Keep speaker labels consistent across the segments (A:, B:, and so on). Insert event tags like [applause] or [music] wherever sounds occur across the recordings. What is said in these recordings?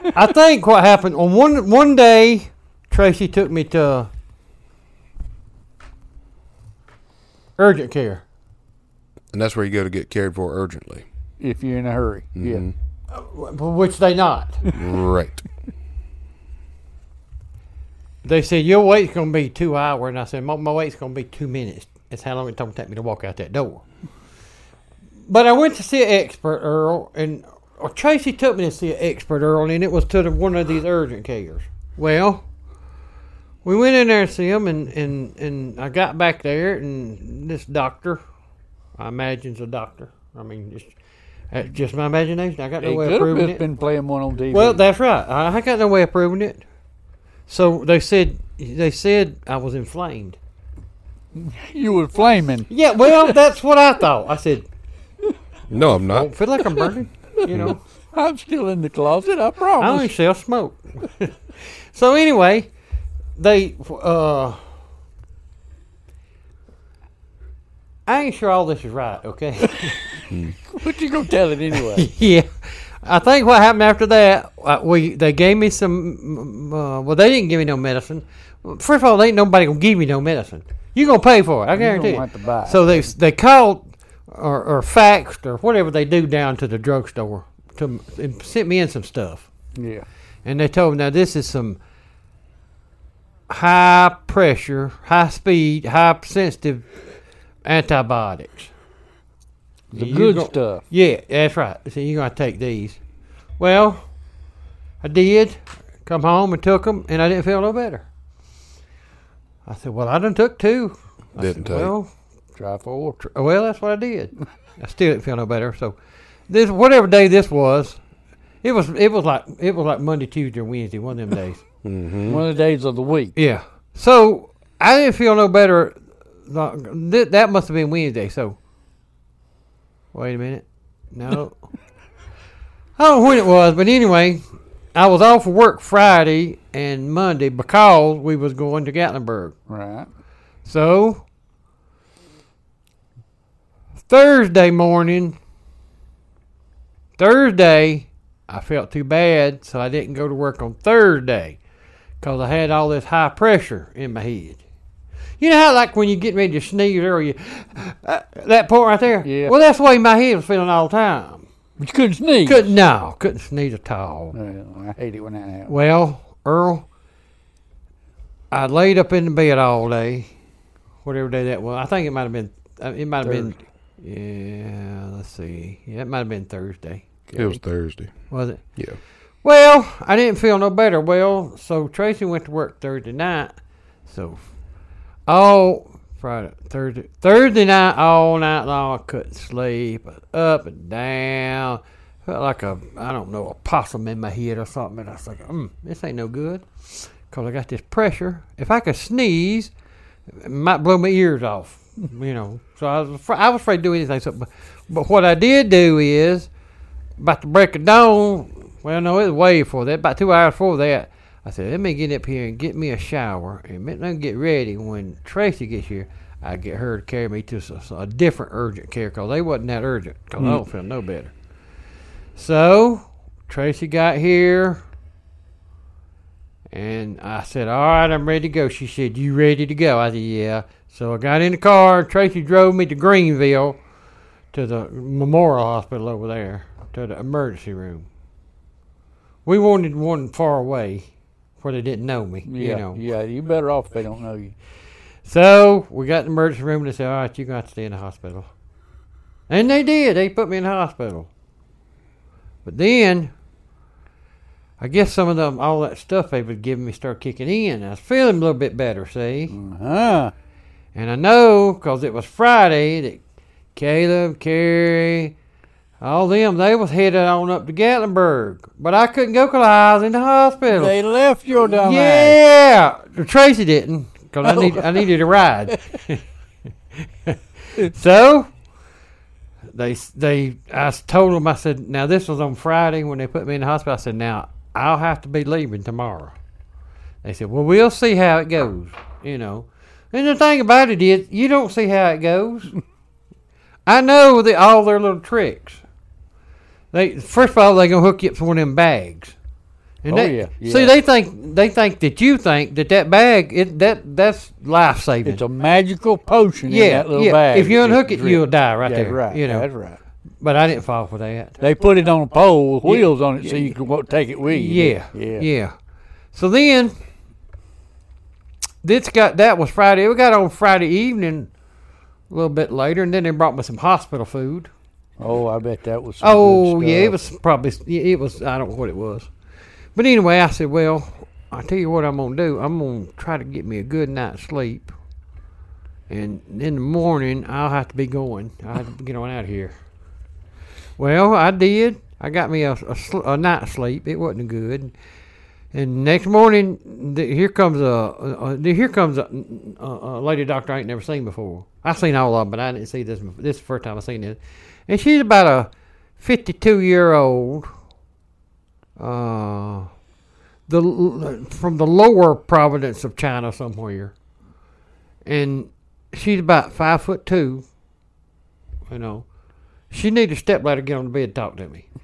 A: I think what happened on one one day, Tracy took me to urgent care.
B: And that's where you go to get cared for urgently.
C: if you're in a hurry. Yeah.
A: W- Which they not.
B: Right.
A: They said your wait's gonna be two hours, and I said my, my wait's gonna be two minutes. That's how long it's gonna take me to walk out that door. But I went to see an expert, Earl, and or Tracy took me to see an expert, Earl, and it was to the, one of these urgent cares. Well, we went in there to see him, and and and I got back there, and this doctor, I imagine's a doctor. I mean, just that's just my imagination. I got no
C: They
A: way of
C: could have
A: proving
C: just
A: it.
C: been playing one on TV.
A: Well, that's right. I, I got no way of proving it. So they said they said I was inflamed.
C: you were flaming.
A: Yeah, well, [laughs] that's what I thought. I said,
B: No, I'm
A: I
B: not.
A: don't feel like I'm burning. You know,
C: I'm still in the closet. I
A: [laughs] I only [laughs]
C: promise.
A: sell smoke. so anyway, they. uh I ain't sure all this is right. Okay. [laughs]
C: but you gonna tell it anyway.
A: yeah. I think what happened after that, uh, we they gave me some. Uh, well, they didn't give me no medicine. First of all, ain't nobody gonna give me no medicine. You gonna pay for it? I guarantee. it.
C: have to buy it.
A: So they they called or, or faxed or whatever they do down to the drugstore to and sent me in some stuff,
C: [laughs] yeah.
A: and they told me now this is some high pressure, high speed, high sensitive antibiotics.
C: The
A: You
C: good
A: go-
C: stuff.
A: Yeah, that's right. So you're gonna take these. Well, I did. Come home and took them, and I didn't feel no better. I said, "Well, I done took two. I
B: Didn't
A: said,
B: take.
A: Well,
C: Try for
A: tr- well, that's what I did. I still didn't feel no better. So, this whatever day this was, it was it was like it was like Monday, Tuesday, or Wednesday, one of them days.
C: one of the days of the week.
A: Yeah. So I didn't feel no better. the- That that must have been Wednesday. So wait a minute. No. I don't know when it was, but anyway, I was off of work Friday and Monday because we was going to Gatlinburg.
C: Right.
A: So Thursday morning, Thursday, I felt too bad, so I didn't go to work on Thursday because I had all this high pressure in my head. You know how, like, when you get ready to sneeze or you, uh, that point right there?
C: Yeah.
A: Well, that's the way my head was feeling all the time.
C: But you couldn't sneeze.
A: Couldn't, no, couldn't sneeze at all.
C: Well, I hate it when that happens.
A: Well, Earl, I laid up in the bed all day, whatever day that was. I think it might have been. uh, It might have been. Yeah, let's see. Yeah, it might have been Thursday.
B: It was Thursday.
A: Was it?
B: Yeah.
A: Well, I didn't feel no better. Well, so Tracy went to work Thursday night. So all Friday, Thursday, Thursday night, all night long, I couldn't sleep. Up and down, felt like a I don't know a possum in my head or something. And I was like, mm, this ain't no good, 'cause I got this pressure. If I could sneeze, it might blow my ears off. You know, so I was afraid, I was afraid to do anything. So, but, but what I did do is about the break of dawn. Well, no, it was way before that. About two hours before that, I said, "Let me get up here and get me a shower, and let me get ready. When Tracy gets here, I get her to carry me to s- s- a, different urgent care because they wasn't that urgent. Because I don't feel no better." So Tracy got here, and I said, "All right, I'm ready to go." She said, "You ready to go?" I said, "Yeah." So I got in the car. Tracy drove me to Greenville to the Memorial Hospital over there to the emergency room. We wanted one far away where they didn't know me,
C: Yeah.
A: you know.
C: Yeah. You better off if they don't know you.
A: So we got in the emergency room and they said, All right, you're going to have to stay in the hospital. And they did. They put me in the hospital. But then, I guess some of them, all that stuff they was giving me started kicking in. I was feeling a little bit better, see? Uh-huh.
C: Huh?
A: And I know because it was Friday that Caleb, Carrie, all them, they was headed on up to Gatlinburg. But I couldn't go 'cause I was in the hospital.
C: They left your dumb ass.
A: yeah. Tracy didn't because I, need, I needed a
C: [laughs]
A: ride. so they, s- they, I s- told them, I said, now this was on Friday when they put me in the hospital. I said, now I'll have to be leaving tomorrow. They said, "Well, we'll see how it goes," you know. And the thing about it is, you don't see how it goes.
C: [laughs]
A: I know the, all their little tricks. They first of all, they gonna hook you up for one of them bags. And
C: Oh,
A: that-
C: yeah,
A: See,
C: yeah.
A: they think they think that you think that that bag it that that's life saving.
C: It's a magical potion in that little bag.
A: If you unhook it,
C: drip.
A: you'll die right
C: That's
A: there.
C: right.
A: You know,
C: That's right.
A: but I didn't fall for that.
C: They put it on a pole with
A: Yeah,
C: wheels on it so you can wa- take it with you.
A: Yeah,
C: Yeah.
A: yeah, So then, this got that was Friday. We got on Friday evening, a little bit later, and then they brought me some hospital food.
C: Oh, I bet that was. Some good
A: Oh yeah, it
C: stuff.
A: was probably yeah, it was. I don't know what it was, but anyway, I said, well, I tell you what I'm gonna do. I'm gonna try to get me a good night's sleep, and in the morning I'll have to be going. I have to get on out of here. Well, I did. I got me a, a, sl- a night's sleep. It wasn't good. And next morning, th- here comes a, a, a here comes a, a, a lady doctor I ain't never seen before. I seen all of them, but I didn't see this. bef- This is the first time I seen it. And she's about a fifty-two year old. Uh, the l- from the lower province of China somewhere, and she's about five foot two. You know, she need a stepladder to get on the bed and talk to me. [laughs]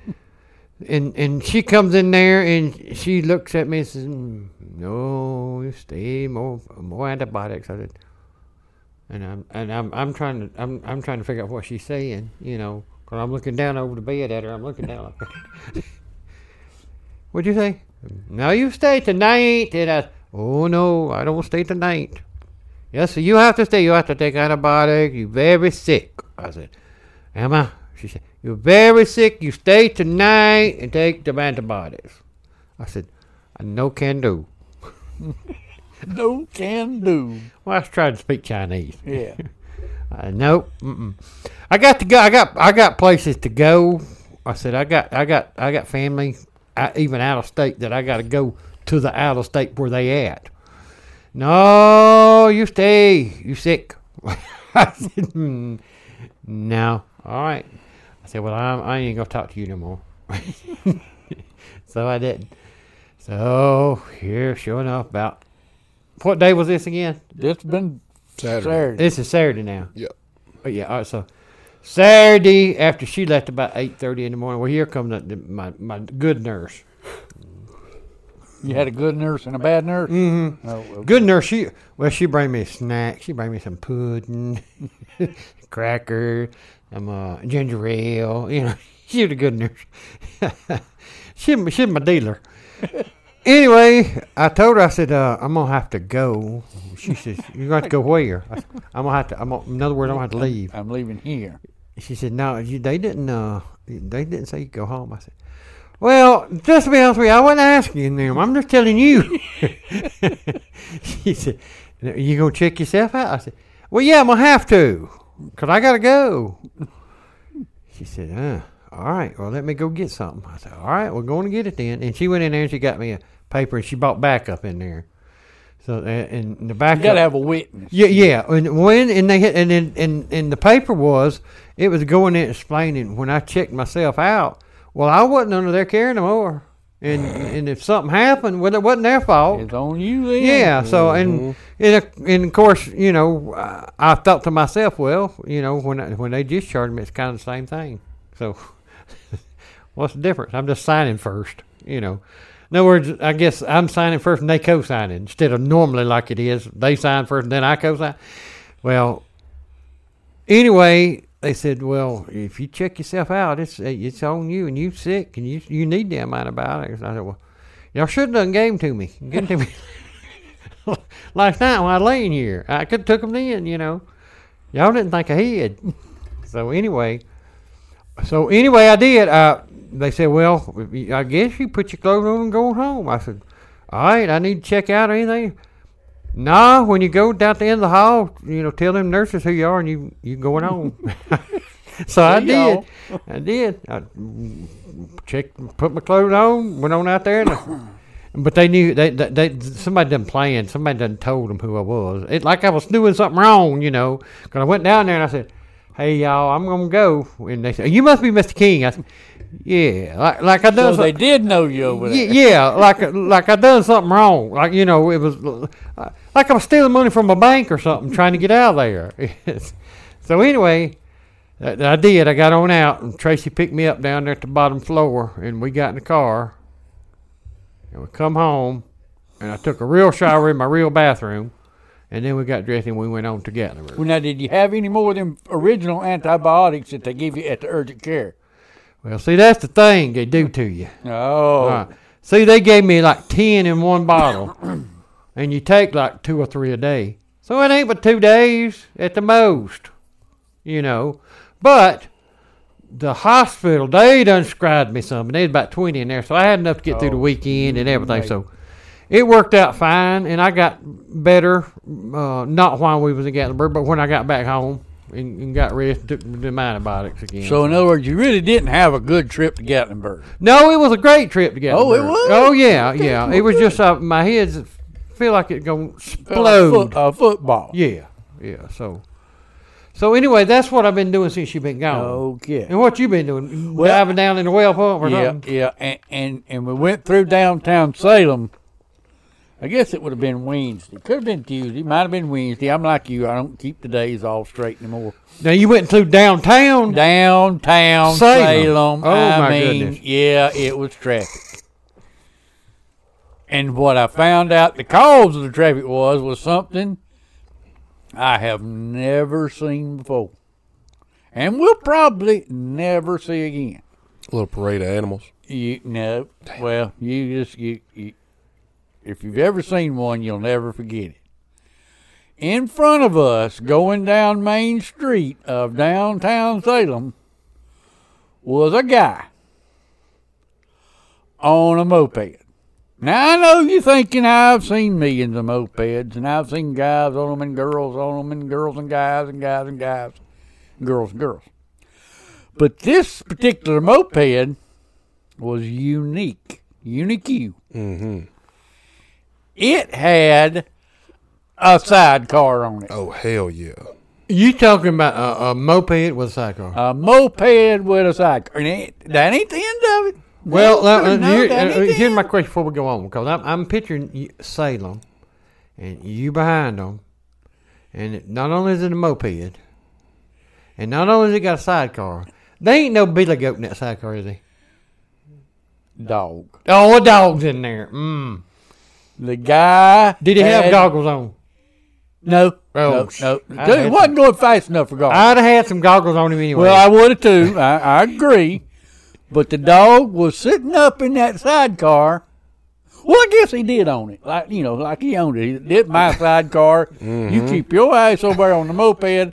A: And and she comes in there and she looks at me and says, "Mm, "No, you stay more more antibiotics." I said, and I'm and I'm I'm trying to I'm I'm trying to figure out what she's saying, you know, 'cause I'm looking down over the bed at her. I'm looking down. Like, [laughs] What'd you say? No, you stay tonight. And I, oh no, I don't stay tonight. Yes, so you have to stay. You have to take antibiotics. You're very sick. I said, Emma. She said, you're very sick. You stay tonight and take the antibiotics. I said, I no can do.
C: No can do.
A: Well, I was trying to speak Chinese.
C: Yeah.
A: Uh, nope. Mm-mm. I got to go. I got I got places to go. I said I got I got I got family, I, even out of state that I got to go to the out of state where they at. No, you stay. You sick? [laughs] I said "Hmm, no. All right. I said well I'm, I ain't gonna talk to you no more. [laughs] so I didn't. So here, sure enough, about what day was this again?
C: It's been
B: Saturday.
C: Saturday.
A: This is Saturday now.
B: Yep.
A: Oh, yeah, all right, so Saturday after she left about eight thirty in the morning. Well, here comes the, the, my my good nurse.
C: You had a good nurse and a bad nurse. Mm-hmm. Oh, well,
A: Good nurse. She well, she bring me a snack. She bring me some pudding, [laughs] cracker, um, uh, ginger ale. [laughs] You know, she was a good nurse. [laughs] she she's my dealer. [laughs] Anyway, I told her I said uh, I'm gonna have to go. She says you're gonna have to go where? I said, I'm gonna have to. I'm gonna, in other words, I'm gonna have to leave.
C: I'm leaving here.
A: She said, "No, you, they didn't. Uh, they didn't say you could go home." I said, "Well, just to be honest with you, I wasn't asking them. I'm just telling you." [laughs] she said, "You gonna check yourself out?" I said, "Well, yeah, I'm gonna have to, 'cause I gotta go." She said, uh, all right, well, let me go get something. I said, all right, we're going to get it then. And she went in there and she got me a paper and she bought backup in there. So, uh, and, and the
C: You
A: backup.
C: got to have a witness.
A: Yeah, yeah. And when and they hit and then and, and the paper was it was going in explaining when I checked myself out. Well, I wasn't under their care no more. And and if something happened, well, it wasn't their fault.
C: It's on you then.
A: Oh. Yeah. So and and of- and of course, you know, I, I thought to myself, well, you know, when I, when they discharged me, it's kind of the same thing. So [laughs] what's the difference? I'm just signing first. You know. In other words, I guess I'm signing first and they co-signing instead of normally like it is. They sign first and then I co-sign. Well, anyway, they said, "Well, if you check yourself out, it's it's on you, and you sick, and you you need damn antibiotics." And I said, "Well, y'all should have done game to me, give 'em to me [laughs] last night when I laid here. I could have took 'em then, you know. Y'all didn't think ahead. [laughs] so anyway, so anyway, I did. Uh, they said, "Well, I guess you put your clothes on and go home." I said, "All right, I need to check out or anything." Nah, when you go down to the end of the hall, you know, tell them nurses who you are and you you going on. [laughs] so I
C: See
A: did.
C: y'all.
A: I did. I checked, put my clothes on, went on out there, and I- but they knew they, they, they somebody done playing, somebody done told them who I was. It like I was doing something wrong, you know. 'Cause I went down there and I said, "Hey y'all, I'm gonna go," and they said, "You must be Mr. King." I said, "Yeah, like like I
C: So
A: done
C: they
A: something."
C: did know you over there.
A: Yeah, yeah, like like I done something wrong. Like you know, it was uh, like I was stealing money from a bank or something, trying to get out of there. [laughs] so anyway, I, I did. I got on out, and Tracy picked me up down there at the bottom floor, and we got in the car, and And we come home, and I took a real shower in my real bathroom, and then we got dressed and we went on to Gatlinburg.
C: Well, now, did you have any more of them original antibiotics that they give you at the urgent care?
A: Well, see, that's the thing they do to you.
C: Oh,
A: Right. See, they gave me like 10 in one
C: [coughs]
A: bottle, and you take like two or three a day. So it ain't but two days at the most, you know. But the hospital, they done scribed me something. They had about 20 in there, so I had enough to get through the
C: Oh,
A: weekend and everything.
C: right.
A: So it worked out fine, and I got better, uh, not while we was in Gatlinburg, but when I got back home and, and got rest, took the antibiotics again.
C: so in other words, you really didn't have a good trip to Gatlinburg.
A: No, it was a great trip together.
C: Oh, it was?
A: Oh yeah, yeah. It was just uh, my head's feel like it's gonna
C: A
A: explode.
C: foot- a football.
A: yeah, yeah. So, so anyway, that's what I've been doing since you've been gone.
C: Okay.
A: And what you been doing?
C: Oh. Well-
A: Diving down in the well pump or
C: yeah,
A: something?
C: yeah, and, and and we went through downtown Salem. I guess it would have been Wednesday. Could have been Tuesday. Might have been Wednesday. I'm like you. I don't keep the days all straight anymore.
A: Now you went through downtown.
C: Downtown
A: Salem.
C: Salem.
A: Oh,
C: I
A: my
C: mean,
A: goodness.
C: yeah, it was traffic. And what I found out the cause of the traffic was was something I have never seen before, and will probably never see again.
B: A little parade of animals.
C: You no. Well, you just you, you if you've ever seen one, you'll never forget it. In front of us, going down Main Street of downtown Salem, was a guy on a moped. Now I know you're thinking I've seen millions of mopeds, and I've seen guys on them and girls on them and girls and guys and guys and guys, girls and girls. But this particular moped was unique. Unique. Mm-hmm. It had a sidecar on it.
B: Oh hell yeah!
A: You talking about a, a moped with a sidecar?
C: A moped with a sidecar. And it, that ain't the end of it.
A: well,
C: No,
A: now, uh,
C: no,
A: here-
C: that ain't
A: uh,
C: the
A: here's
C: end.
A: my question before we go on, because I'm, I'm picturing you- Salem, and you behind them, and it- not only is it a moped, and not only has it got a sidecar, they ain't no billy goat in that sidecar, is he?
C: dog.
A: Oh, a dog's in there. Mm.
C: The guy
A: Did he have
C: had-
A: goggles on?
C: No,
A: Oh,
C: no,
A: sh-
C: no.
A: I
C: It
A: had
C: wasn't going fast enough for goggles.
A: I'd have had some goggles on him anyway.
C: Well, I would have too. I, I agree. But the dog was sitting up in that sidecar. Well, I guess he did own it. Like you know, like he owned it. He
A: [laughs]
C: did my sidecar.
A: Mm-hmm.
C: You keep your ass over there on the moped.
A: I,
C: my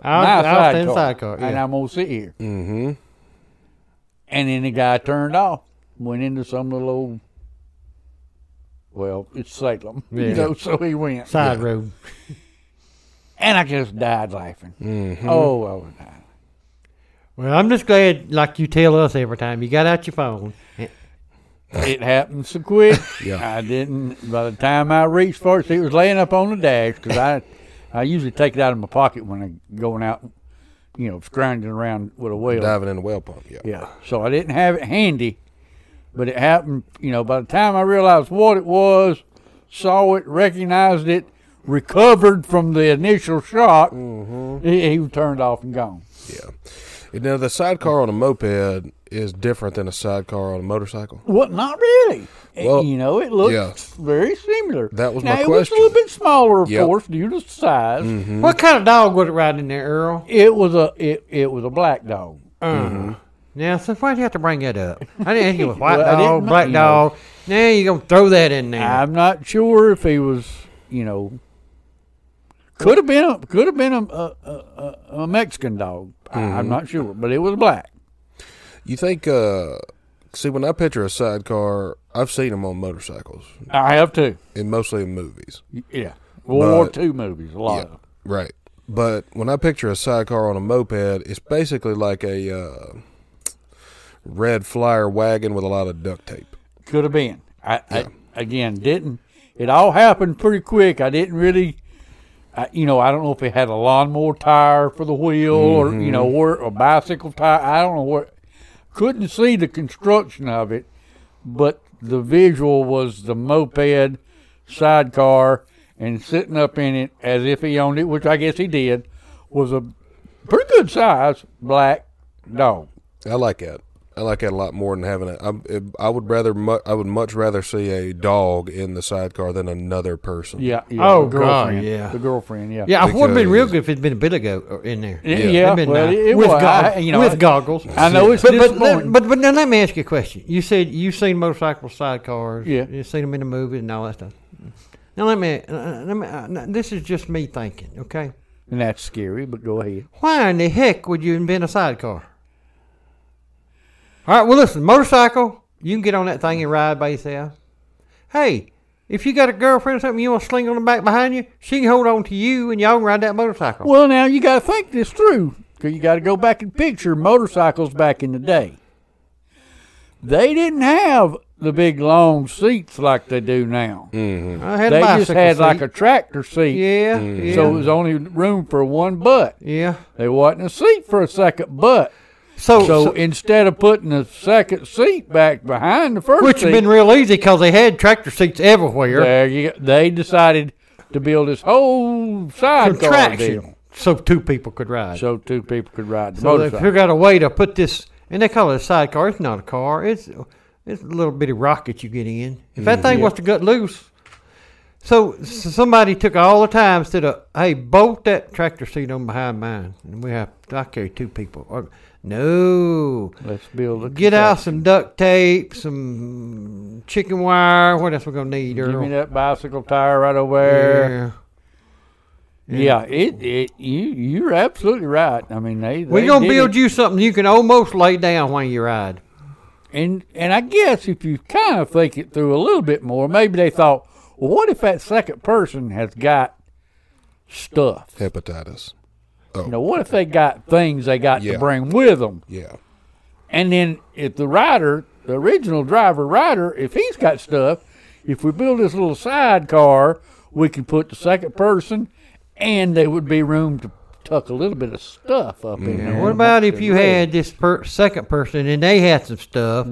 A: I, was
C: sidecar,
A: in the sidecar.
C: and
A: yeah.
C: I'm gonna sit here.
B: Mm-hmm.
C: And then the guy turned off, went into some little old. Well, it's Salem, [laughs]
A: Yeah.
C: you know. So he went,
A: Side road.
C: and I just died laughing.
A: Mm-hmm.
C: Oh, I was dying.
A: Well, I'm just glad, like you tell us every time, you got out your phone.
C: Mm-hmm. it happened
A: [laughs]
C: so quick.
B: Yeah.
C: I didn't. By the time I reached for it, see, it was laying up on the dash because I, I usually take it out of my pocket when I'm going out, you know, scrounging around with a wheel.
B: Diving in the well pump. Yeah.
C: Yeah. So I didn't have it handy, but it happened. You know, by the time I realized what it was, saw it, recognized it, recovered from the initial shock,
B: Mm-hmm.
C: he, he was turned off and gone.
B: Yeah. You know, the sidecar on a moped is different than a sidecar on a motorcycle.
C: Well, not really. It-
B: Well,
C: you know, it looks
B: yeah.
C: very similar.
B: That was
C: now,
B: my
C: it was a little
B: question.
C: bit smaller, of
B: Yep. Mm-hmm.
C: course, due to size.
A: What kind of dog was it riding in there, Earl?
C: It was a it, it was a black dog.
A: Uh Now, so why'd you have to bring that up? I didn't
C: [laughs]
A: think it was white
C: Well, I didn't
A: dog,
C: know,
A: black
C: you know.
A: dog. Now you're going to throw that in there.
C: I'm not sure if he was, you know, could have been a, could have been a, a, a, a- a Mexican dog. I, I'm not sure, but it was black.
B: You think? uh See, when I picture a sidecar, I've seen them on motorcycles,
C: I have to.
B: and mostly in movies.
C: Yeah, World
B: But-
C: War II movies, a lot of. them.
B: Right. But when I picture a sidecar on a moped, it's basically like a uh, red flyer wagon with a lot of duct tape.
C: Could have been. I, I again didn't. It all happened pretty quick. I didn't really, I, you know, I don't know if it had a lawnmower tire for the wheel or you know, or a bicycle tire. I don't know what. Couldn't see the construction of it, but the visual was the moped sidecar and sitting up in it as if he owned it, which I guess he did, was a pretty good size black dog.
B: I like that. I like that a lot more than having a. I, it- I would rather, mu- I would much rather see a dog in the sidecar than another person.
C: Yeah. yeah
A: Oh,
C: the
A: God,
C: girlfriend,
A: yeah.
C: The girlfriend. Yeah.
A: Yeah, I would have been real
B: Because-
A: good if it'd been a billy goat or- uh, in there.
C: Yeah.
A: That'd been
C: well,
A: nice.
C: it, it
A: with,
C: was,
A: gog-
C: I, you know,
A: with
C: I-
A: goggles.
C: I know it's
A: But but, let,
C: disappointing.
A: but but now let me ask you a question. You said you've seen motorcycle sidecars.
C: Yeah.
A: You've seen them in the movies and all that stuff. Now let me. Uh, let me uh, now, this is just me thinking. Okay.
C: and that's scary. But go ahead.
A: Why in the heck would you invent a sidecar? All right. Well, listen. Motorcycle. You can get on that thing and ride by yourself. Hey, if you got a girlfriend or something you want to sling on the back behind you, she can hold on to you and y'all can ride that motorcycle.
C: Well, now you got to think this through. 'cause you got to go back and picture motorcycles back in the day. They didn't have the big long seats like they do now.
A: I had
C: They
A: a Mm. bicycle
C: just had like
A: seat.
C: a Mm. tractor seat.
A: yeah, yeah.
C: So it was only room for one butt.
A: yeah.
C: There wasn't a seat for a second butt.
A: So,
C: So
A: so-
C: instead of putting the second seat back behind the first
A: which
C: seat,
A: has been real easy because they had tractor seats everywhere.
C: there you go. they decided to build this whole sidecar deal
A: Contraction, so two people could ride.
C: so two people could ride the
A: So they
C: motorcycle.
A: figured out a way to put this, and they call it a sidecar. It's not a car. It's it's a little bitty rocket you get in. If that
C: Mm-hmm.
A: thing was to get loose, so s- somebody took all the time instead of hey bolt that tractor seat on behind mine, and we have I carry two people. Or, no,
C: Let's build a
A: get out some duct tape, some chicken wire. What else we gonna need?
C: Give
A: Earl?
C: me that bicycle tire right over there.
A: Yeah.
C: Yeah, it, it you you're absolutely right. I mean they,
A: We're
C: they
A: gonna
C: did
A: build
C: it.
A: you something you can almost lay down when you ride.
C: and and I guess if you kind of think it through a little bit more, maybe they thought, well, what if that second person has got stuff?
B: Hepatitis.
C: You know, what if they got things they got
B: Yeah.
C: to bring with them?
B: Yeah.
C: And then if the rider, the original driver rider, if he's got stuff, if we build this little sidecar, we can put the second person, and there would be room to tuck a little bit of stuff up in there.
A: What about if you had this per- second person and they had some stuff,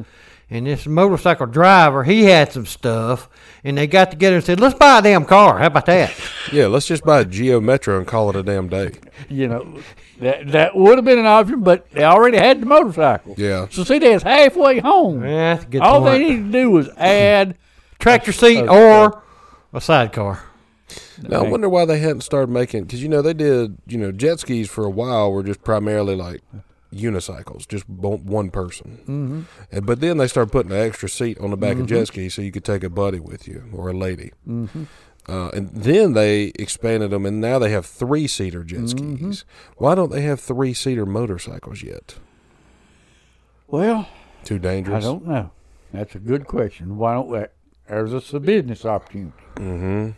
A: and this motorcycle driver he had some stuff, and they got together and said, "Let's buy a damn car." How about
C: [laughs]
A: that?
B: Yeah, let's just buy a Geo Metro and call it a damn day.
C: you know, that that would have been an option, but they already had the motorcycle.
B: Yeah.
C: So see, that's halfway home.
A: Yeah, that's a good
C: All they
A: point.
C: needed to do was add.
A: Tractor seat
C: Okay.
A: or a sidecar.
B: Now I wonder why they hadn't started making because you know they did you know jet skis for a while were just primarily like unicycles, just bo- one person. Mm-hmm. And, but then they started putting an extra seat on the back of jet skis so you could take a buddy with you or a lady. Mm-hmm. Uh, and then they expanded them, and now they have three seater jet skis. Why don't they have three seater motorcycles yet?
C: Well,
B: Too dangerous.
C: I don't know. That's a good question. Why don't we? There's a, s- business opportunity. Mm-hmm.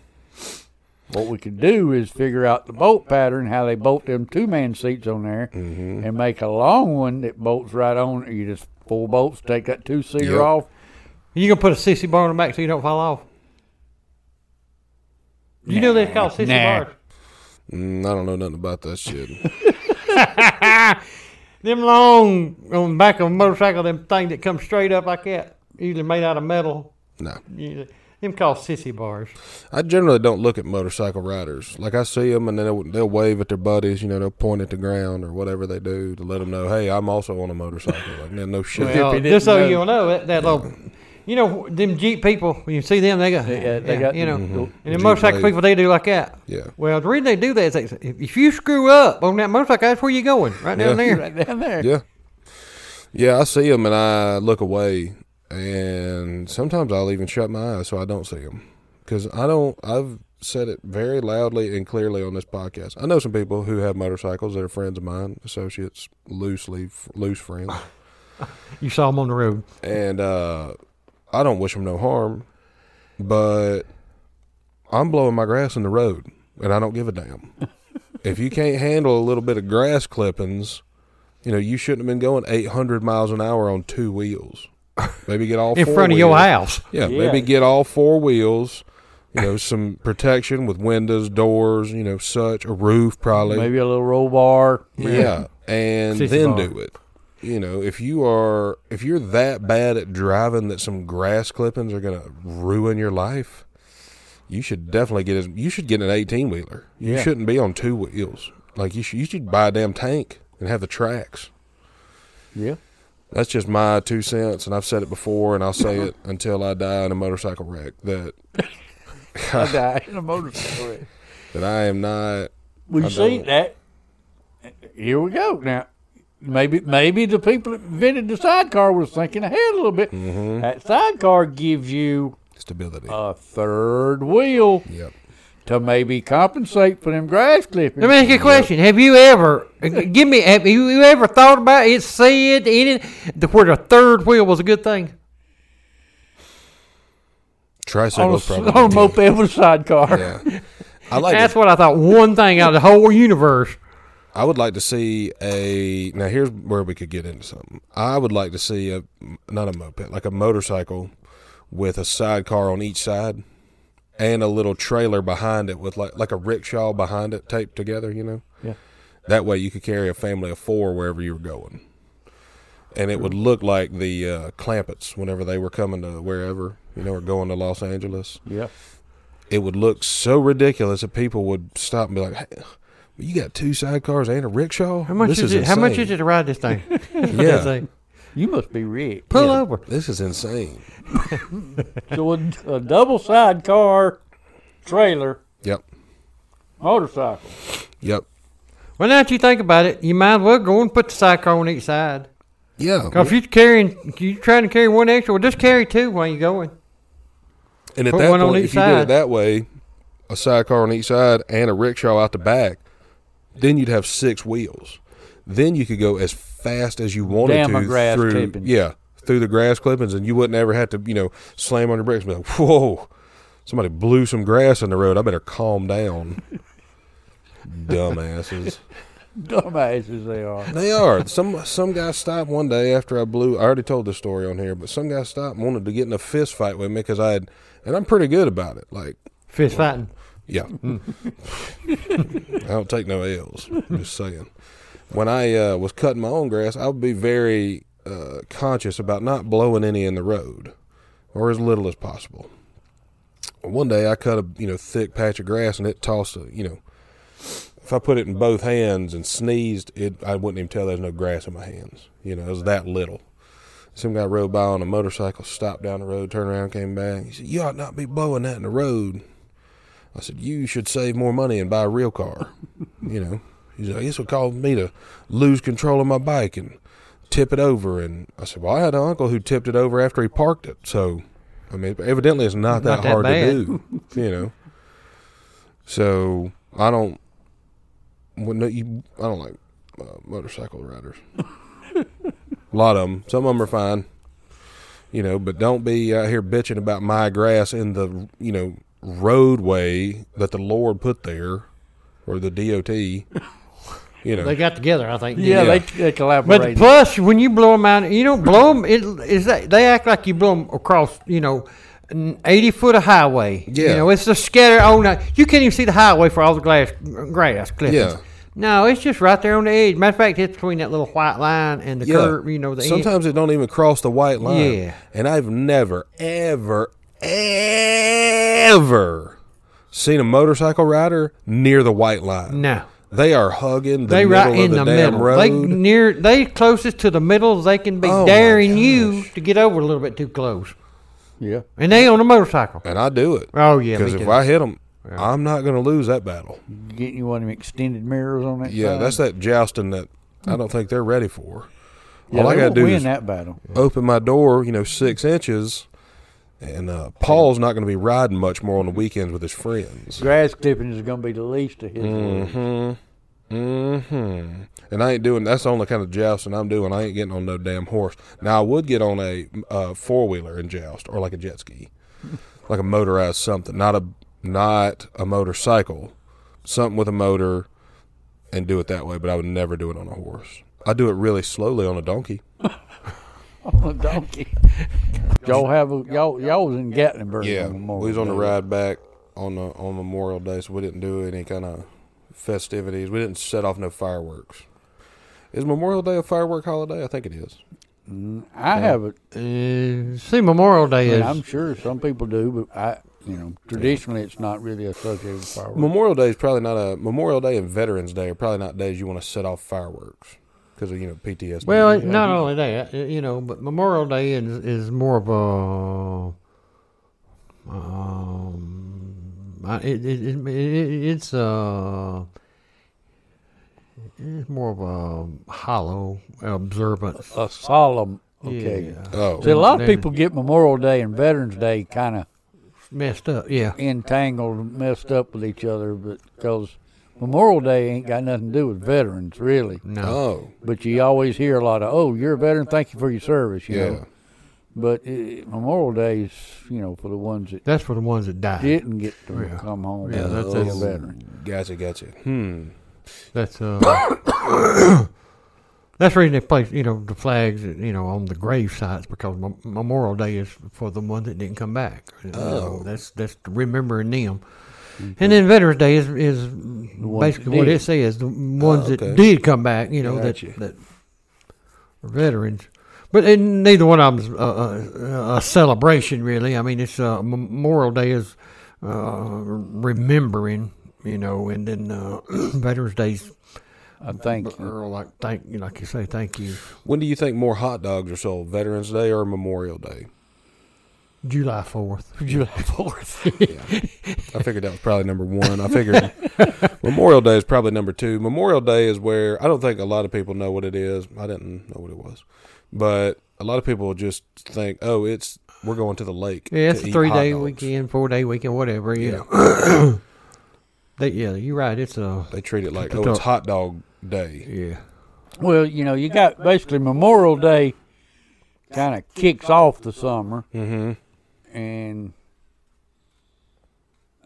C: What we could do is figure out the bolt pattern, how they bolt them two man seats on there,
B: Mm-hmm.
C: and make a long one that bolts right on. You just full bolts, take that two seater
B: Yep.
C: off.
A: You gonna put a sissy bar on the back so you don't fall off? You know they call sissy
C: nah.
A: bars.
B: Mm, I don't know nothing about that shit. [laughs]
A: Them long on the back of a motorcycle, them thing that comes straight up like that, usually made out of metal.
B: no.
A: You- Them called sissy bars.
B: I generally don't look at motorcycle riders. Like I see them, and then they'll, they'll wave at their buddies. You know, they'll point at the ground or whatever they do to let them know, "Hey, I'm also on a motorcycle." Like, man, no shit. [laughs]
C: Well-
A: Well,
C: he
A: just
C: didn't
A: so
C: know.
A: you know, that, that little, you know, them Jeep people, when you see them, they go,
C: yeah, they
A: yeah,
C: got-
A: you know,
C: Mhm.
A: and the
B: Mm-hmm. Jeep
A: motorcycle
B: lady.
A: people, they do like that.
B: Yeah.
A: Well, the reason they do that is they, if if you screw up on that motorcycle, that's where you're going, right down
B: Yeah.
A: there.
C: Right down there.
B: yeah, yeah. I see them, and I look away, and sometimes I'll even shut my eyes so I don't see them because I don't. I've said it very loudly and clearly on this podcast. I know some people who have motorcycles that are friends of mine, associates, loosely, loose friends.
A: You saw them on the road.
B: and uh, I don't wish them no harm, but I'm blowing my grass in the road, and I don't give a damn. if you can't handle a little bit of grass clippings, you know you shouldn't have been going 800 miles an hour on two wheels. Maybe get all
A: In
B: four
A: front of your
B: wheels.
A: house.
B: Yeah,
C: Yeah.
B: maybe get all four wheels. You know, some protection with windows, doors, you know, such a roof probably.
C: Maybe a little roll bar.
B: Yeah, and
A: Sissy
B: then
A: bar.
B: do it. You know, if you are if you're that bad at driving that some grass clippings are gonna ruin your life, you should definitely get a, you should get an eighteen wheeler. You
C: Yeah.
B: shouldn't be on two wheels. Like you should you should buy a damn tank and have the tracks.
C: Yeah.
B: That's just my two cents, and I've said it before, and I'll say
C: Uh-huh.
B: it until I die in a motorcycle wreck. That
C: I died in a motorcycle wreck.
B: that I am not.
C: We
B: I
C: see
B: don't.
C: that. Here we go now. Maybe maybe the people that invented the sidecar was thinking ahead a little bit. That sidecar gives you
B: Stability.
C: a third wheel
B: yep.
C: to maybe compensate for them grass clippings.
A: Let me ask you a question. Have you ever give me? Have you you ever thought about it? Said any the- where the third wheel was a good thing?
C: on a,
B: Tricycles
C: s-
B: probably.
C: on a moped with a sidecar.
B: Yeah. I
C: [laughs]
B: like.
A: That's
B: To,
A: what I thought. One thing out of the whole universe.
B: I would like to see a. Now here's where we could get into something. I would like to see a not a moped, like a motorcycle with a sidecar on each side and a little trailer behind it with like like a rickshaw behind it taped together. You know.
C: Yeah.
B: That way you could carry a family of four wherever you were going. And it would look like the uh, Clampets whenever they were coming to wherever, you know, or going to Los Angeles.
C: Yeah.
B: It would look so ridiculous that people would stop and be like, hey, you got two sidecars and a rickshaw?
A: How much
B: this
A: is it? How much is it
B: insane."
A: to ride this
B: [laughs]
A: thing? This
B: Yeah.
A: thing.
C: You must be rich.
A: Pull over.
B: This is insane.
C: So a, a double sidecar trailer
B: Yep.
C: motorcycle.
B: Yep.
A: Well, now that you think about it, you might as well go and put the sidecar on each side.
B: Yeah.
A: 'Cause if you're carrying, if you're trying to carry one extra, well, just carry two while you're going.
B: And at
A: Put
B: that
A: one on
B: point,
A: each
B: if you did
A: side.
B: it that way, a sidecar on each side and a rickshaw out the back, then you'd have six wheels. Then you could go as fast as you wanted
C: Damn, my
B: to
C: grass
B: through,
C: clippings.
B: yeah, through the grass clippings, and you wouldn't ever have to, you know, slam on your brakes and be like, "Whoa, somebody blew some grass in the road. I better calm down." [laughs] Dumbasses.
C: Dumbasses they are.
B: They are. Some some guy stopped one day after I blew. I already told this story on here, but some guy stopped and wanted to get in a fist fight with me because I had, and I'm pretty good about it. Like
A: Fist fighting.
B: yeah. [laughs] I don't take no L's. I'm just saying. When I uh, was cutting my own grass, I would be very uh, conscious about not blowing any in the road or as little as possible. One day I cut a you know thick patch of grass and it tossed a you know if I put it in both hands and sneezed it I wouldn't even tell there's no grass in my hands you know it was that little some guy rode by on a motorcycle stopped down the road turned around came back he said you ought not be blowing that in the road I said, "You should save more money and buy a real car." [laughs] you know, he's like, "This would cause me to lose control of my bike and tip it over." And I said, "Well, I had an uncle who tipped it over after he parked it, so I mean, evidently it's not that,
A: Not that
B: hard
A: bad.
B: to do." you know, so I don't. Well, no, you, I don't like uh, motorcycle riders. a lot of them. Some of them are fine. You know, but don't be out here bitching about my grass in the you know roadway that the Lord put there, or the DOT. You know,
A: They got together, I think.
C: Yeah,
B: Yeah.
C: they, they collaborate.
A: But plus, when you blow them out, you don't blow them. It is that they act like you blow them across, you know, an eighty foot of highway. you
B: Yeah.
A: know, it's just scattered on. The, you can't even see the highway for all the glass grass clippings.
B: Yeah.
A: No, it's just right there on the edge. Matter of fact, it's between that little white line and the curve. You know, the end.
B: sometimes it don't even cross the white line.
A: Yeah.
B: And I've never, ever, ever seen a motorcycle rider near the white line.
A: No,
B: They are hugging the
A: Mm. they
B: middle
A: right
B: of
A: in
B: the,
A: the,
B: damn
A: middle.
B: road.
A: They near they closest to the middle as they can be,
B: Oh, my
A: daring you to get over a little bit too close.
C: yeah.
A: And they on a motorcycle.
B: and I do it.
A: Oh yeah, me
B: Because if
A: too.
B: I hit them, I'm not going to lose that battle.
C: Getting you one of them extended mirrors on that
B: Yeah,
C: side.
B: that's that jousting that I don't think they're ready for.
C: yeah,
B: All I
C: they
B: got
C: won't
B: to do
C: win
B: is
C: that battle.
B: open my door, you know, six inches, and uh, Paul's not going to be riding much more on the weekends with his friends.
C: Grass clippings is going to be the least of his.
B: Mm.
C: worries.
B: Mm-hmm. And I ain't doing. That's the only kind of jousting I'm doing. I ain't getting on no damn horse. Now I would get on a uh, four wheeler and joust, or like a jet ski, like a motorized something, not a not a motorcycle, something with a motor, and do it that way. But I would never do it on a horse. I do it really slowly on a donkey.
C: On a [laughs] donkey. y'all have a, y'all y'all was in Gatlinburg.
B: Yeah,
C: on the
B: we was on the
C: morning.
B: ride back on the on Memorial Day, so we didn't do any kind of festivities. We didn't set off no fireworks. Is Memorial Day a firework holiday? I think it is.
C: I haven't.
A: Uh, see, Memorial Day is.
C: And I'm sure some people do, but I, you know, traditionally it's not really associated with fireworks.
B: Memorial Day is probably not a Memorial Day and Veterans Day are probably not days you want to set off fireworks. because of you know PTSD.
A: Well, it- not only that, y- you know, but Memorial Day is is more of a um, I- it, it, it, it it's uh it's more of a hollow observance.
C: A solemn occasion.
A: Yeah.
B: oh,
C: See, a lot of
A: Then-
C: people get Memorial Day and Veterans Day kind of
A: Messed up, yeah.
C: entangled, and messed up with each other, but because Memorial Day ain't got nothing to do with veterans, really.
A: No.
B: oh,
C: But you always hear a lot of, "Oh, you're a veteran. Thank you for your service." You
B: yeah.
C: know. But uh Memorial Day is, you know, for the ones that
A: That's for the ones that died.
C: didn't get to
A: Yeah.
C: come home.
A: Yeah,
C: and
A: that's-
C: be a
A: that's-
C: veteran.
B: Gotcha, gotcha. Hmm.
A: That's uh, [coughs] that's the reason they place you know the flags you know on the grave sites because Mem- Memorial Day is for the ones that didn't come back. You know,
B: Oh.
A: that's that's remembering them. And then Veterans Day is is
C: ones that
A: basically what
C: did.
A: it says: the ones
B: Oh, okay.
A: that did come back, you know,
B: Gotcha.
A: that that are veterans. But and neither one of them's a, a, a celebration, really. I mean, it's uh, Memorial Day is uh, remembering, you know, and then uh, [clears throat] Veterans Day's
C: I think
A: or like thank you, like you say, thank you.
B: When do you think more hot dogs are sold, Veterans Day or Memorial Day?
A: July Fourth.
C: July
B: [laughs]
C: Fourth.
B: I figured that was probably number one.
A: [laughs]
B: I figured Memorial Day is probably number two. Memorial Day is where I don't think a lot of people know what it is. I didn't know what it was, but a lot of people just think, "Oh, it's we're going to the lake."
A: Yeah, it's
B: to
A: a
B: eat
A: three
B: hot
A: day
B: dogs."
A: weekend, four day weekend, whatever. You
B: Yeah.
A: know. [coughs] They, yeah, you're right. It's a
B: They treat it like,
A: The
B: "Oh, it's
A: dog-
B: hot dog day."
A: yeah.
C: Well, you know, you got basically Memorial Day kind of kicks off the summer,
B: Mm-hmm.
C: and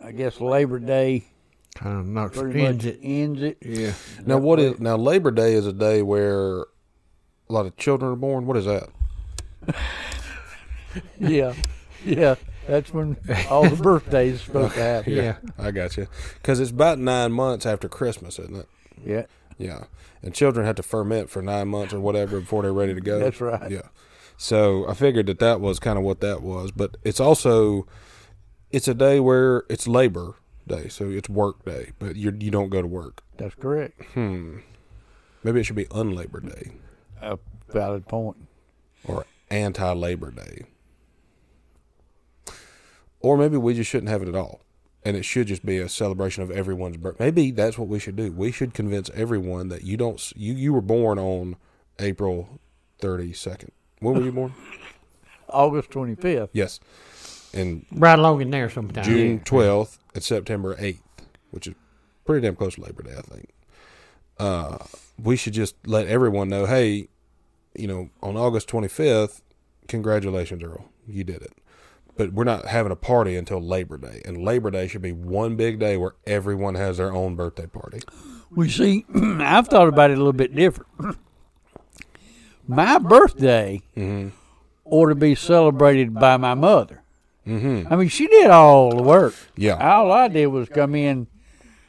C: I guess Labor Day
A: Kind of knocks
C: pretty
A: ends
C: much
A: it. [laughs]
C: ends it.
A: Yeah.
B: Now what is now Labor Day is a day where a lot of children are born. What is that?
C: Yeah, yeah. That's when all the birthdays are supposed
A: [laughs]
C: to happen.
A: Yeah.
B: I got you. Because it's about nine months after Christmas, isn't it?
C: yeah.
B: Yeah, and children have to ferment for nine months or whatever before they're ready to go.
C: That's right.
B: Yeah, so I figured that that was kind of what that was, but it's also it's a day where it's labor day, so it's work day, but you you don't go to work.
C: That's correct.
B: Hmm. Maybe it should be unlabor day
C: A valid point.
B: or anti labor day, or maybe we just shouldn't have it at all. And it should just be a celebration of everyone's birth. Maybe that's what we should do. We should convince everyone that you don't s- you you were born on April thirty second. When were you born?
C: August twenty fifth.
B: Yes, and
A: Right along in there sometime.
B: June twelfth and September eighth, which is pretty damn close to Labor Day, I think. Uh, we should just let everyone know, hey, you know, on August twenty fifth, congratulations, Earl, you did it. But we're not having a party until Labor Day, and Labor Day should be one big day where everyone has their own birthday party.
C: We see, [clears throat] I've thought about it a little bit different. my birthday ought to be celebrated by my mother. Mm-hmm. I mean, she did all the work.
B: Yeah,
C: All I did was come in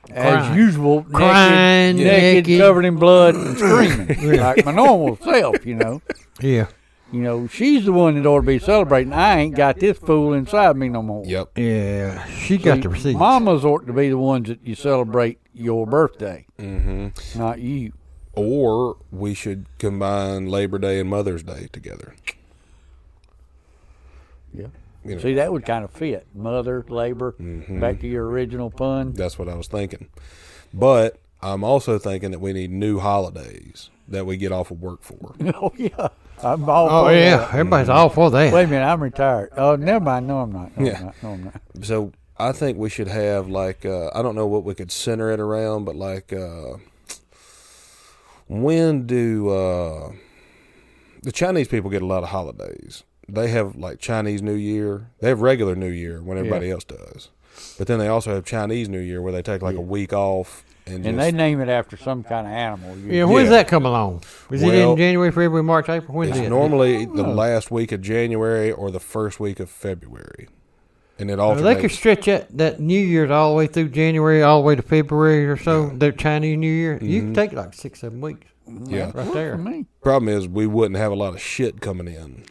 C: as
A: Crying.
C: usual,
A: Crying,
C: naked, naked,
A: naked.
C: covered in
A: [clears throat]
C: blood, and screaming like my normal self. You know,
A: Yeah.
C: you know, she's the one that ought to be celebrating. I ain't got this fool inside me no more.
B: yep.
A: Yeah. She got the receipts.
C: Mamas ought to be the ones that you celebrate your birthday,
B: hmm
C: not you.
B: Or we should combine Labor Day and Mother's Day together.
C: Yeah.
B: You know.
C: See, that would kind of fit. Mother, labor,
A: Mm-hmm.
C: back to your original pun.
B: That's what I was thinking. But I'm also thinking that we need new holidays that we get off of work for.
C: [laughs] oh, yeah. I'm all
A: Oh
C: for
A: yeah,
C: that.
A: everybody's all for that.
C: Wait a minute, I'm retired. Oh, never mind. No, I'm not. No,
B: Yeah.
C: I'm not. No, I'm not.
B: so I think we should have like uh, I don't know what we could center it around, but like uh, when do uh, the Chinese people get a lot of holidays? They have like Chinese New Year. They have regular New Year when everybody else does, but then they also have Chinese New Year where they take like a week off and,
C: And
B: just,
C: they name it after some kind of animal. You-
A: Yeah, when's
B: Yeah.
A: that come along? Is it
B: Well,
A: in January, February, March, April? When's
B: It's
A: it?
B: normally the last week of January or the first week of February, and it
A: Well, they could
B: alternates.
A: stretch that, that New Year's all the way through January, all the way to February or so. Their Chinese New Year, you
B: Mm-hmm.
A: can take like six, seven weeks.
B: Yeah.
A: right
C: For
A: there.
C: me.
B: Problem is, we wouldn't have a lot of shit coming in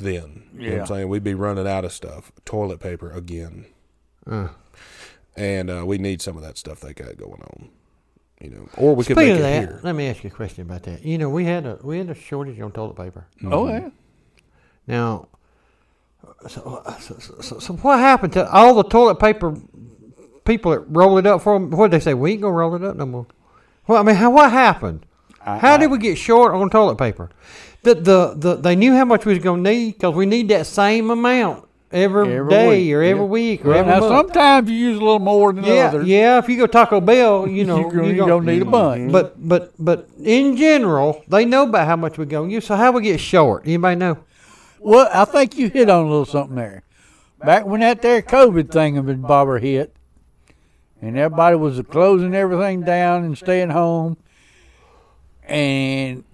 B: then. You know what
C: Yeah.
B: I'm saying? We'd be running out of stuff, toilet paper again,
A: Uh,
B: and uh, we need some of that stuff they got going on. You know, or we could
A: Speaking of
B: make it
A: that,
B: here.
A: let me ask you a question about that. You know, we had a we had a shortage on toilet paper.
C: Oh yeah.
A: Now, so, so, so, so what happened to all the toilet paper people that roll it up for them? What they say? We ain't gonna roll it up no more. Well, I mean, how what happened?
C: I-
A: how
C: I-
A: did we get short on toilet paper? The the, the they knew how much we was gonna need because we need that same amount every day
C: Every week,
A: or every
C: yeah.
A: week or
C: Well,
A: every
C: now
A: month.
C: sometimes you use a little more than
A: yeah,
C: others.
A: yeah. If you go Taco Bell,
C: [laughs]
A: you know
C: you're, gonna,
A: you
C: you're
A: gonna-
C: gonna need a bunch.
A: But but but in general, they know about how much we're gonna use. So how we get short? Anybody know?
C: Well, I think you hit on a little something there. Back when that there COVID thing of it bobber hit, and everybody was closing everything down and staying home, and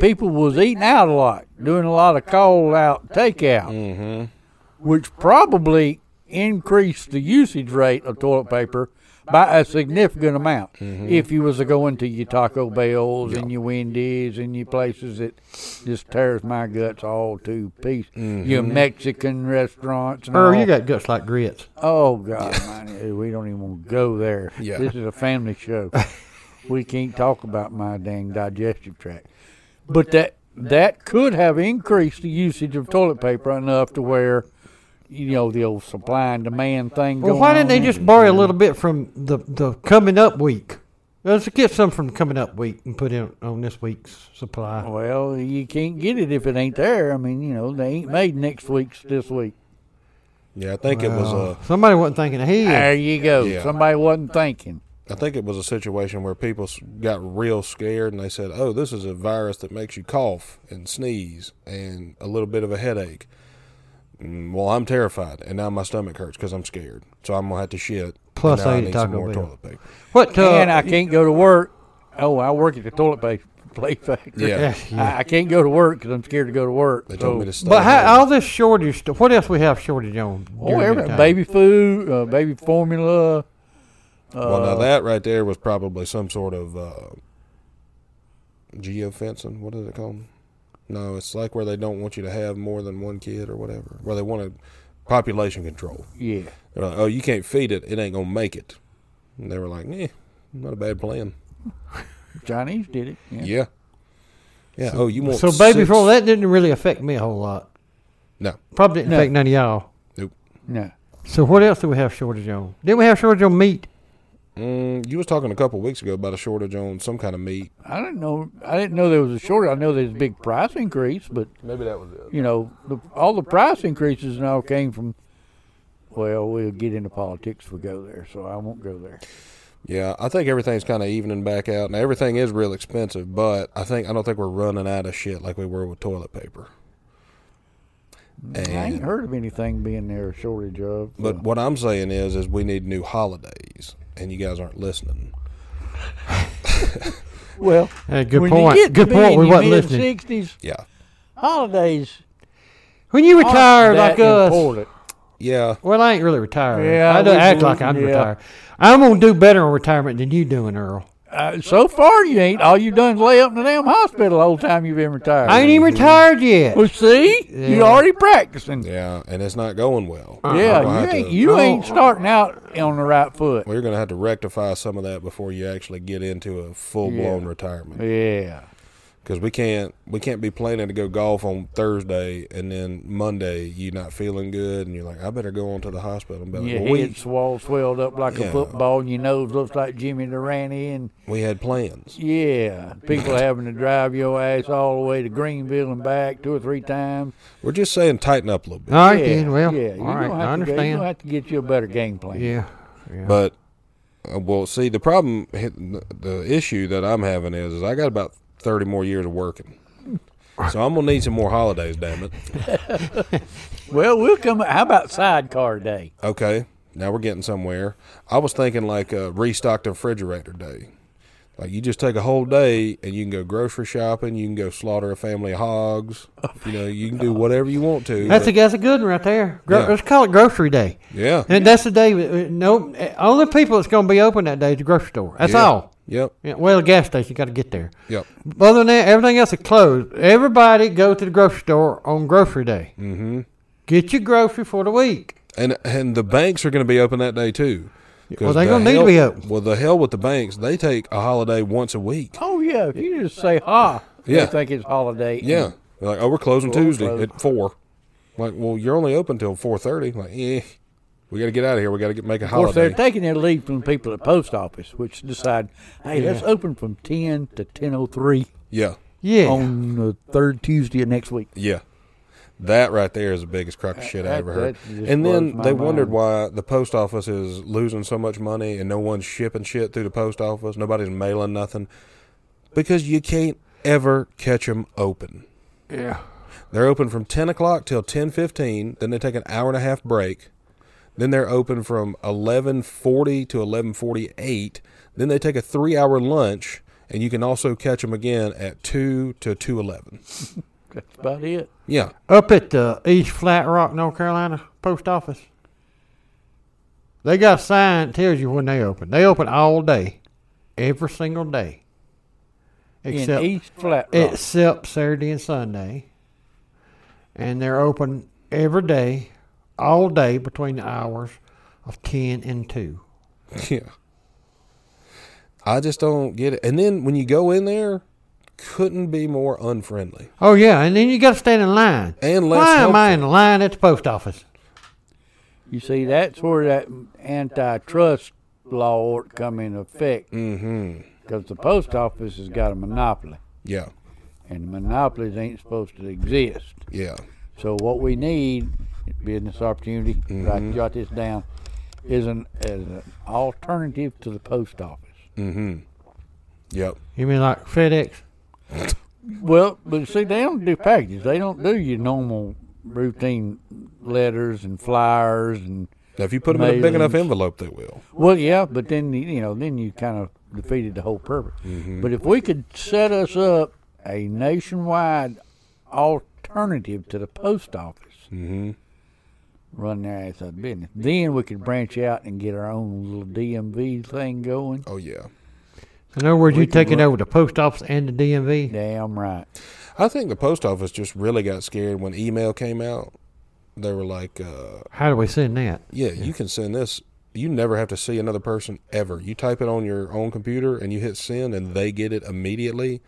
C: people was eating out a lot, doing a lot of call out takeout,
B: Mm-hmm.
C: which probably increased the usage rate of toilet paper by a significant amount. If you was to go into your Taco Bells and your Wendy's and your places that just tears my guts all to pieces, your Mexican restaurants, and
A: Earl,
C: all.
A: you got guts like grits.
C: Oh God, mine- we don't even want to go there.
B: Yeah.
C: This is a family
A: [laughs]
C: show. we can't talk about my dang digestive tract. But that that could have increased the usage of toilet paper enough to where, you know, the old supply and demand thing.
A: Well,
C: going
A: why didn't
C: on
A: they just borrow a little bit from the, the coming up week? Let's get some from coming up week and put in on this week's supply.
C: [laughs] Well, you can't get it if it ain't there. I mean, you know, they ain't made next week's this week.
B: Yeah, I think it was uh, a.
C: uh,
A: Somebody wasn't thinking ahead.
C: There you go.
B: Yeah.
C: Somebody wasn't thinking.
B: I think it was a situation where people s- got real scared and they said, "Oh, this is a virus that makes you cough and sneeze and a little bit of a headache." Mm, Well, I'm terrified, and now my stomach hurts because I'm scared. So I'm gonna have to shit.
A: Plus,
B: and now
A: I
B: I
A: ate
B: need
A: Taco
B: some more
A: Bell.
B: toilet paper.
A: What? Uh,
C: and I can't go to work. Oh, I work at the toilet paper [laughs] play factory.
B: Yeah.
C: I, I can't go to work because I'm scared to go to
B: [laughs]
C: work.
B: They
C: so-
B: told me to stay.
A: Oh. but
B: home.
A: how, all this shortage stuff. What else we have shortage on?
C: Oh,
A: during that
C: every,
A: time?
C: baby food, uh, baby formula. Uh,
B: Well,
A: Oh.
B: now that right there was probably some sort of uh, geofencing. What is it called? No, it's like where they don't want you to have more than one kid or whatever. Where they want to population control.
C: yeah.
B: They're like, oh, you can't feed it; it ain't gonna make it. And they were like, eh, not a bad plan.
C: Chinese did it. Yeah.
B: Yeah, yeah. oh, you want
A: So baby
B: six-
A: formula that didn't really affect me a whole lot.
B: No,
A: Probably didn't
C: No.
A: affect none of y'all.
B: nope.
C: No.
A: So what else do we have shortage on? Didn't we have shortage on meat?
B: Mm, you was talking a couple weeks ago about a shortage on some kind of meat.
C: I didn't know. I didn't know there was a shortage. I know there's a big price increase, but
B: Maybe that was it.
C: you know, the, all the price increases and all came from. Well, we'll get into politics if we go there, so I won't go there.
B: Yeah, I think everything's kind of evening back out. Now everything is real expensive, but I think I don't think we're running out of shit like we were with toilet paper.
C: I ain't
B: And,
C: heard of anything being there a shortage of.
B: but
C: so.
B: what I'm saying is, is we need new holidays, and you guys aren't listening.
C: well,
A: Hey, good
C: when
A: point.
C: You get
A: Good
C: to
A: point.
C: Be in
A: We
C: your
A: wasn't listening.
C: Sixties
B: Yeah,
C: holidays.
A: When you
C: aren't
A: retire like
C: that
A: us,
C: important.
B: yeah.
A: Well, I ain't really retired.
C: Yeah,
A: I don't
C: we-
A: act
C: we-
A: like I'm
C: yeah.
A: retired. I'm gonna do better in retirement than you doing, Earl.
C: Uh, so far, you ain't. All you done is lay up in the damn hospital the whole time you've been retired.
A: I ain't even retired yet.
C: Well, see,
A: Yeah.
C: you already practicing. Yeah,
B: Yeah, and it's not going well. We're gonna
C: you
B: have to-
C: ain't. You ain't starting out on the right foot.
B: We're gonna have to rectify some of that before you actually get into a full blown retirement,
C: Yeah.
B: because we can't we can't be planning to go golf on Thursday and then Monday you not feeling good and you're like I better go on to the hospital. And be like,
C: Your
B: "Well,
C: head swell, swelled up like
B: Yeah.
C: a football, and your nose looks like Jimmy Durante, and
B: we, we had plans.
C: yeah, people having to drive your ass all the way to Greenville and back two or three times.
B: We're just saying tighten up a little bit,
A: all right,
C: yeah,
A: then. Well,
C: yeah, you're
A: all right, I
C: gonna have to Go, you're
A: understand.
C: gonna have to get you a better game plan.
A: yeah, yeah.
B: but uh, well, see the problem, the issue that I'm having is, is I got about thirty more years of working, so I'm gonna need some more holidays. Damn it.
C: Well, we'll come. How about sidecar day?
B: Okay, now we're getting somewhere. I was thinking like a restocked refrigerator day. Like you just take a whole day and you can go grocery shopping, you can go slaughter a family of hogs. You know, you can do whatever you want to.
A: that's a that's a good one right there. Gro-
B: Yeah.
A: Let's call it grocery day.
B: yeah.
A: And that's the day. we- No, only people that's gonna be open that day is the grocery store. That's
B: Yeah.
A: all.
B: Yep.
A: Yeah, well, the gas station got to get there.
B: Yep.
A: Other than that, everything else is closed. Everybody go to the grocery store on grocery day. Mm-hmm. Get your grocery for the week.
B: And and the banks are going to be open that day too.
A: Well, they gonna need to be open.
B: Well, the hell with the banks. They take a holiday once a week.
C: Oh yeah, if you just say ha,
B: Yeah.
C: they think it's holiday.
B: Yeah, They're like oh, we're closing
C: Well, we're
B: Tuesday
C: closed.
B: at four. Like, well, you're only open till four thirty. Like, eh, we got to get out of here. We got to get make a
C: Of course, they're
B: holiday.
C: taking their lead from the people at the post office, which decide, hey, let's open from ten to ten o three
B: yeah,
A: Yeah.
C: on the third Tuesday of next week.
B: yeah. That right there is the biggest crock of shit I
C: that-
B: ever heard.
C: that just
B: And then
C: blows my
B: they wondered
C: mind.
B: why the post office is losing so much money and no one's shipping shit through the post office. Nobody's mailing nothing because you can't ever catch them open.
A: yeah.
B: They're open from ten o'clock till ten fifteen. Then they take an hour and a half break. Then they're open from eleven forty to eleven forty eight. Then they take a three hour lunch, and you can also catch them again at two to two eleven.
C: That's about it.
B: Yeah,
A: Up at the East Flat Rock, North Carolina post office. They got a sign that tells you when they open. They open all day, every single day, except
C: in East Flat Rock.
A: except Saturday and Sunday. And they're open every day, all day between the hours of ten and two.
B: [laughs] yeah. I just don't get it. And then when you go in there, couldn't be more unfriendly.
A: Oh yeah, and then you got to stand in line.
B: And less
A: Why am I in
B: helpful.
A: line at the post office?
C: You see, that's where that antitrust law ought to come into effect
B: Mm-hmm.
C: because the post office has got a monopoly,
B: Yeah,
C: and monopolies ain't supposed to exist.
B: yeah,
C: So what we need, business opportunity, right? Jot this down, is an as an alternative to the post office.
B: mm-hmm. Yep.
A: You mean like FedEx?
C: Well, but see, they don't do packages. They don't do your normal routine letters and flyers and
B: Now, if you put them in a big
C: Mailings.
B: enough envelope, they will.
C: Well, yeah, but then you know, then you kind of defeated the whole purpose.
B: Mm-hmm.
C: But if we could set us up a nationwide alternative to the post office,
B: Mm-hmm.
C: run their ass out of business, then we could branch out and get our own little DMV thing going.
B: Oh yeah.
A: In other words,
C: We
A: you
C: can
A: taking
C: run-
A: over the post office and the DMV.
C: Damn right.
B: I think the post office just really got scared when email came out. They were like, uh,
A: How do we send that?
B: yeah, you can send this. You never have to see another person ever. You type it on your own computer and you hit send and they get it immediately.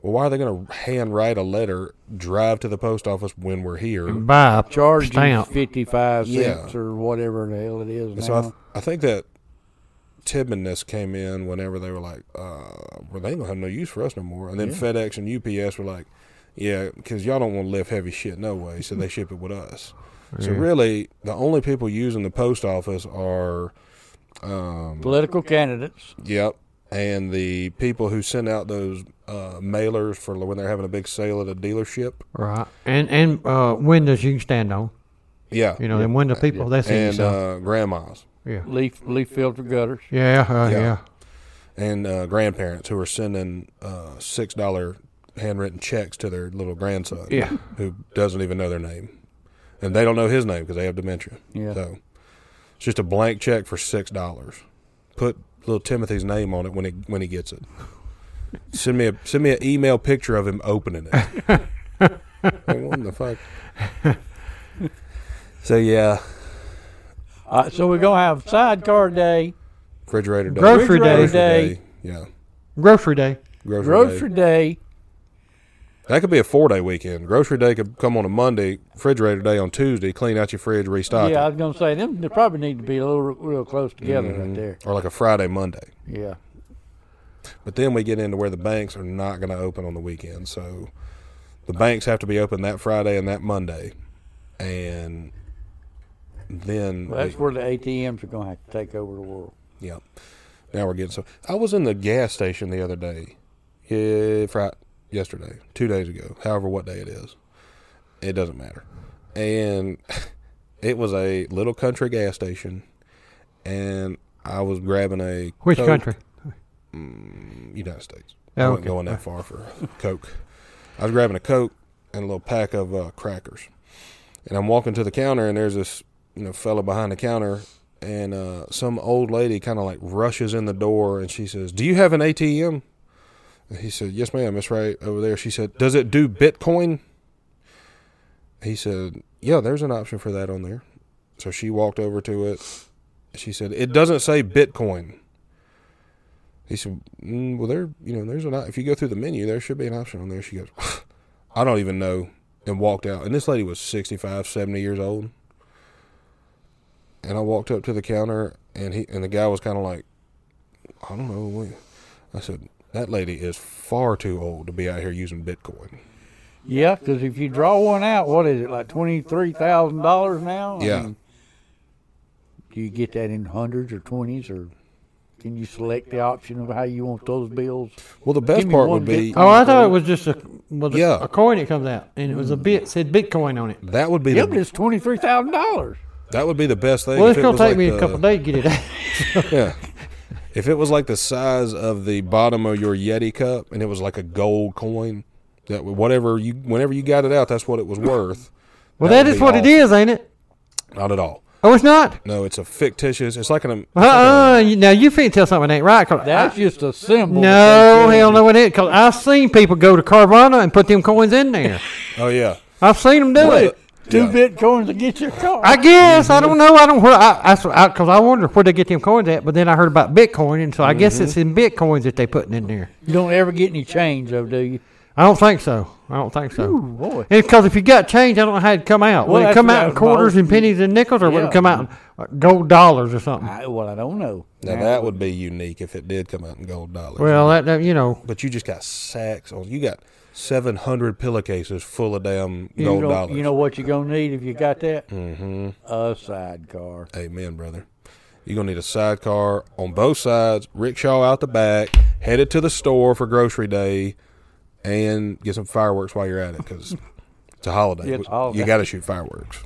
B: Well, why are they going to handwrite a letter, drive to the post office when we're here? And
A: Buy a
C: Charge you
A: stamp.
C: fifty five
B: Yeah.
C: cents or whatever the hell it is.
B: so I,
C: now.
B: th- I think that Tibbenness came in whenever they were like, uh, well, they ain't going to have no use for us no more. And then FedEx and UPS were like, yeah, because y'all don't want to lift heavy shit no way, so they ship it with us. So
A: Yeah.
B: really, the only people using the post office are, um,
C: Political candidates.
B: yep, and the people who send out those uh, mailers for when they're having a big sale at a dealership.
A: Right. And and uh, windows you can stand on.
B: Yeah,
A: You know, them window people, they send you
B: and
A: stuff.
B: uh, grandmas
A: yeah.
C: Leaf leaf filter gutters.
A: Yeah, uh,
B: yeah.
A: yeah.
B: and uh, grandparents who are sending uh, six dollar handwritten checks to their little grandson.
A: Yeah.
B: who doesn't even know their name, and they don't know his name because they have dementia.
C: Yeah.
B: So it's just a blank check for six dollars. Put little Timothy's name on it when he when he gets it. Send me a send me an email picture of him opening it. Like, what in the fuck? So yeah,
C: Uh, so we're gonna have sidecar day,
B: refrigerator day,
A: Grocery
C: Refrigerator day.
B: yeah,
A: Grocery day.
B: grocery,
C: grocery
B: day.
C: day.
B: That could be a four day weekend. Grocery day could come on a Monday, refrigerator day on Tuesday. Clean out your fridge, restock
C: Yeah, I
B: it,
C: was gonna say them. They probably need to be a little real close together right there.
B: Mm-hmm. or like a Friday Monday.
C: Yeah,
B: But then we get into where the banks are not going to open on the weekend. So the banks have to be open that Friday and that Monday. And then
C: well, that's
B: we-
C: where the ATMs are gonna have to take over the world.
B: yeah. Now we're getting so I was in the gas station the other day. Yeah, Friday, yesterday, 2 days ago, however what day it is. It doesn't matter. And [laughs] it was a little country gas station and I was grabbing a
A: Which
B: Coke-
A: country?
B: United States.
A: Oh,
B: I wasn't
A: okay.
B: going that far for Coke. I was grabbing a Coke and a little pack of uh, crackers, and I'm walking to the counter, and there's this you know fella behind the counter, and uh, some old lady kind of like rushes in the door, and she says, "Do you have an ATM?" And he said, "Yes, ma'am. It's right over there." She said, "Does it do Bitcoin?" He said, "Yeah, there's an option for that on there." So she walked over to it, She said, "It doesn't say Bitcoin." He said, mm, "Well, there, you know, there's an op- if you go through the menu, there should be an option on there." She goes, "I don't even know," and walked out. And this lady was 65, 70 years old. And I walked up to the counter, and he and the guy was kind of like, "I don't know." what-" I said, "That lady is far too old to be out here using Bitcoin."
C: Yeah, because if you draw one out, what is it like twenty three thousand dollars now? I
B: Yeah.
C: mean, do you get that in hundreds or twenties, or can you select the option of how you want those bills?
B: Well, the best
C: me
B: part
C: one
B: would be
C: Bitcoin.
A: Oh, I thought it was just a was a-
B: Yeah.
A: a coin that comes out, and it was a bit said Bitcoin on it.
B: that would be
C: Yeah,
B: the
C: but it's twenty three thousand dollars.
B: That would be the best thing.
A: Well, it's
B: if it
A: gonna
B: was
A: take
B: like
A: me
B: the-
A: a couple days to get it
B: [laughs]
A: out.
B: Yeah. If it was like the size of the bottom of your Yeti cup, and it was like a gold coin, that would- whatever you, whenever you got it out, that's what it was worth.
A: Well,
B: That
A: that
B: would
A: is
B: be
A: what it
B: awesome.
A: is, ain't it?
B: Not at all.
A: Oh, it's not.
B: No, it's a fictitious. It's like an. um,
A: Uh uh Now you finna tell something that ain't right. 'cause I-
C: That's just a symbol.
A: no,
C: that they
A: hell
C: created.
A: no, it ain't. Cause I've seen people go to Carvana and put them coins in there.
B: Oh yeah.
A: I've seen them do it.
C: Two
B: Yeah.
C: bitcoins to get your car.
A: I guess I don't know. I don't. Where I because I, 'cause I wonder where they get them coins at. But then I heard about Bitcoin, and so I guess it's
C: Mm-hmm.
A: in Bitcoins that they putting in there.
C: you don't ever get any change, though, do you?
A: I don't think so. I don't think so.
C: Ooh, boy.
A: Because if you got change, I don't know how it'd come out.
C: Well,
A: Would it
C: that's
A: come
C: what I
A: out in
C: was-
A: quarters and pennies and nickels, or would
C: Yeah.
A: it come out in uh, gold dollars or something?
C: I, well, I don't know.
B: Now that would be unique if it did come out in gold dollars.
A: Well, that, that you know,
B: but you just got sacks on. You got seven hundred pillowcases full of damn
C: you
B: gold
C: don't-
B: dollars.
C: You know what you're gonna need if you got that? Mm-hmm. A sidecar.
B: Amen, brother. You're gonna need a sidecar on both sides, rickshaw out the back, headed to the store for grocery day, and get some fireworks while you're at it because it's a holiday.
C: It's a holiday.
B: You got to shoot fireworks.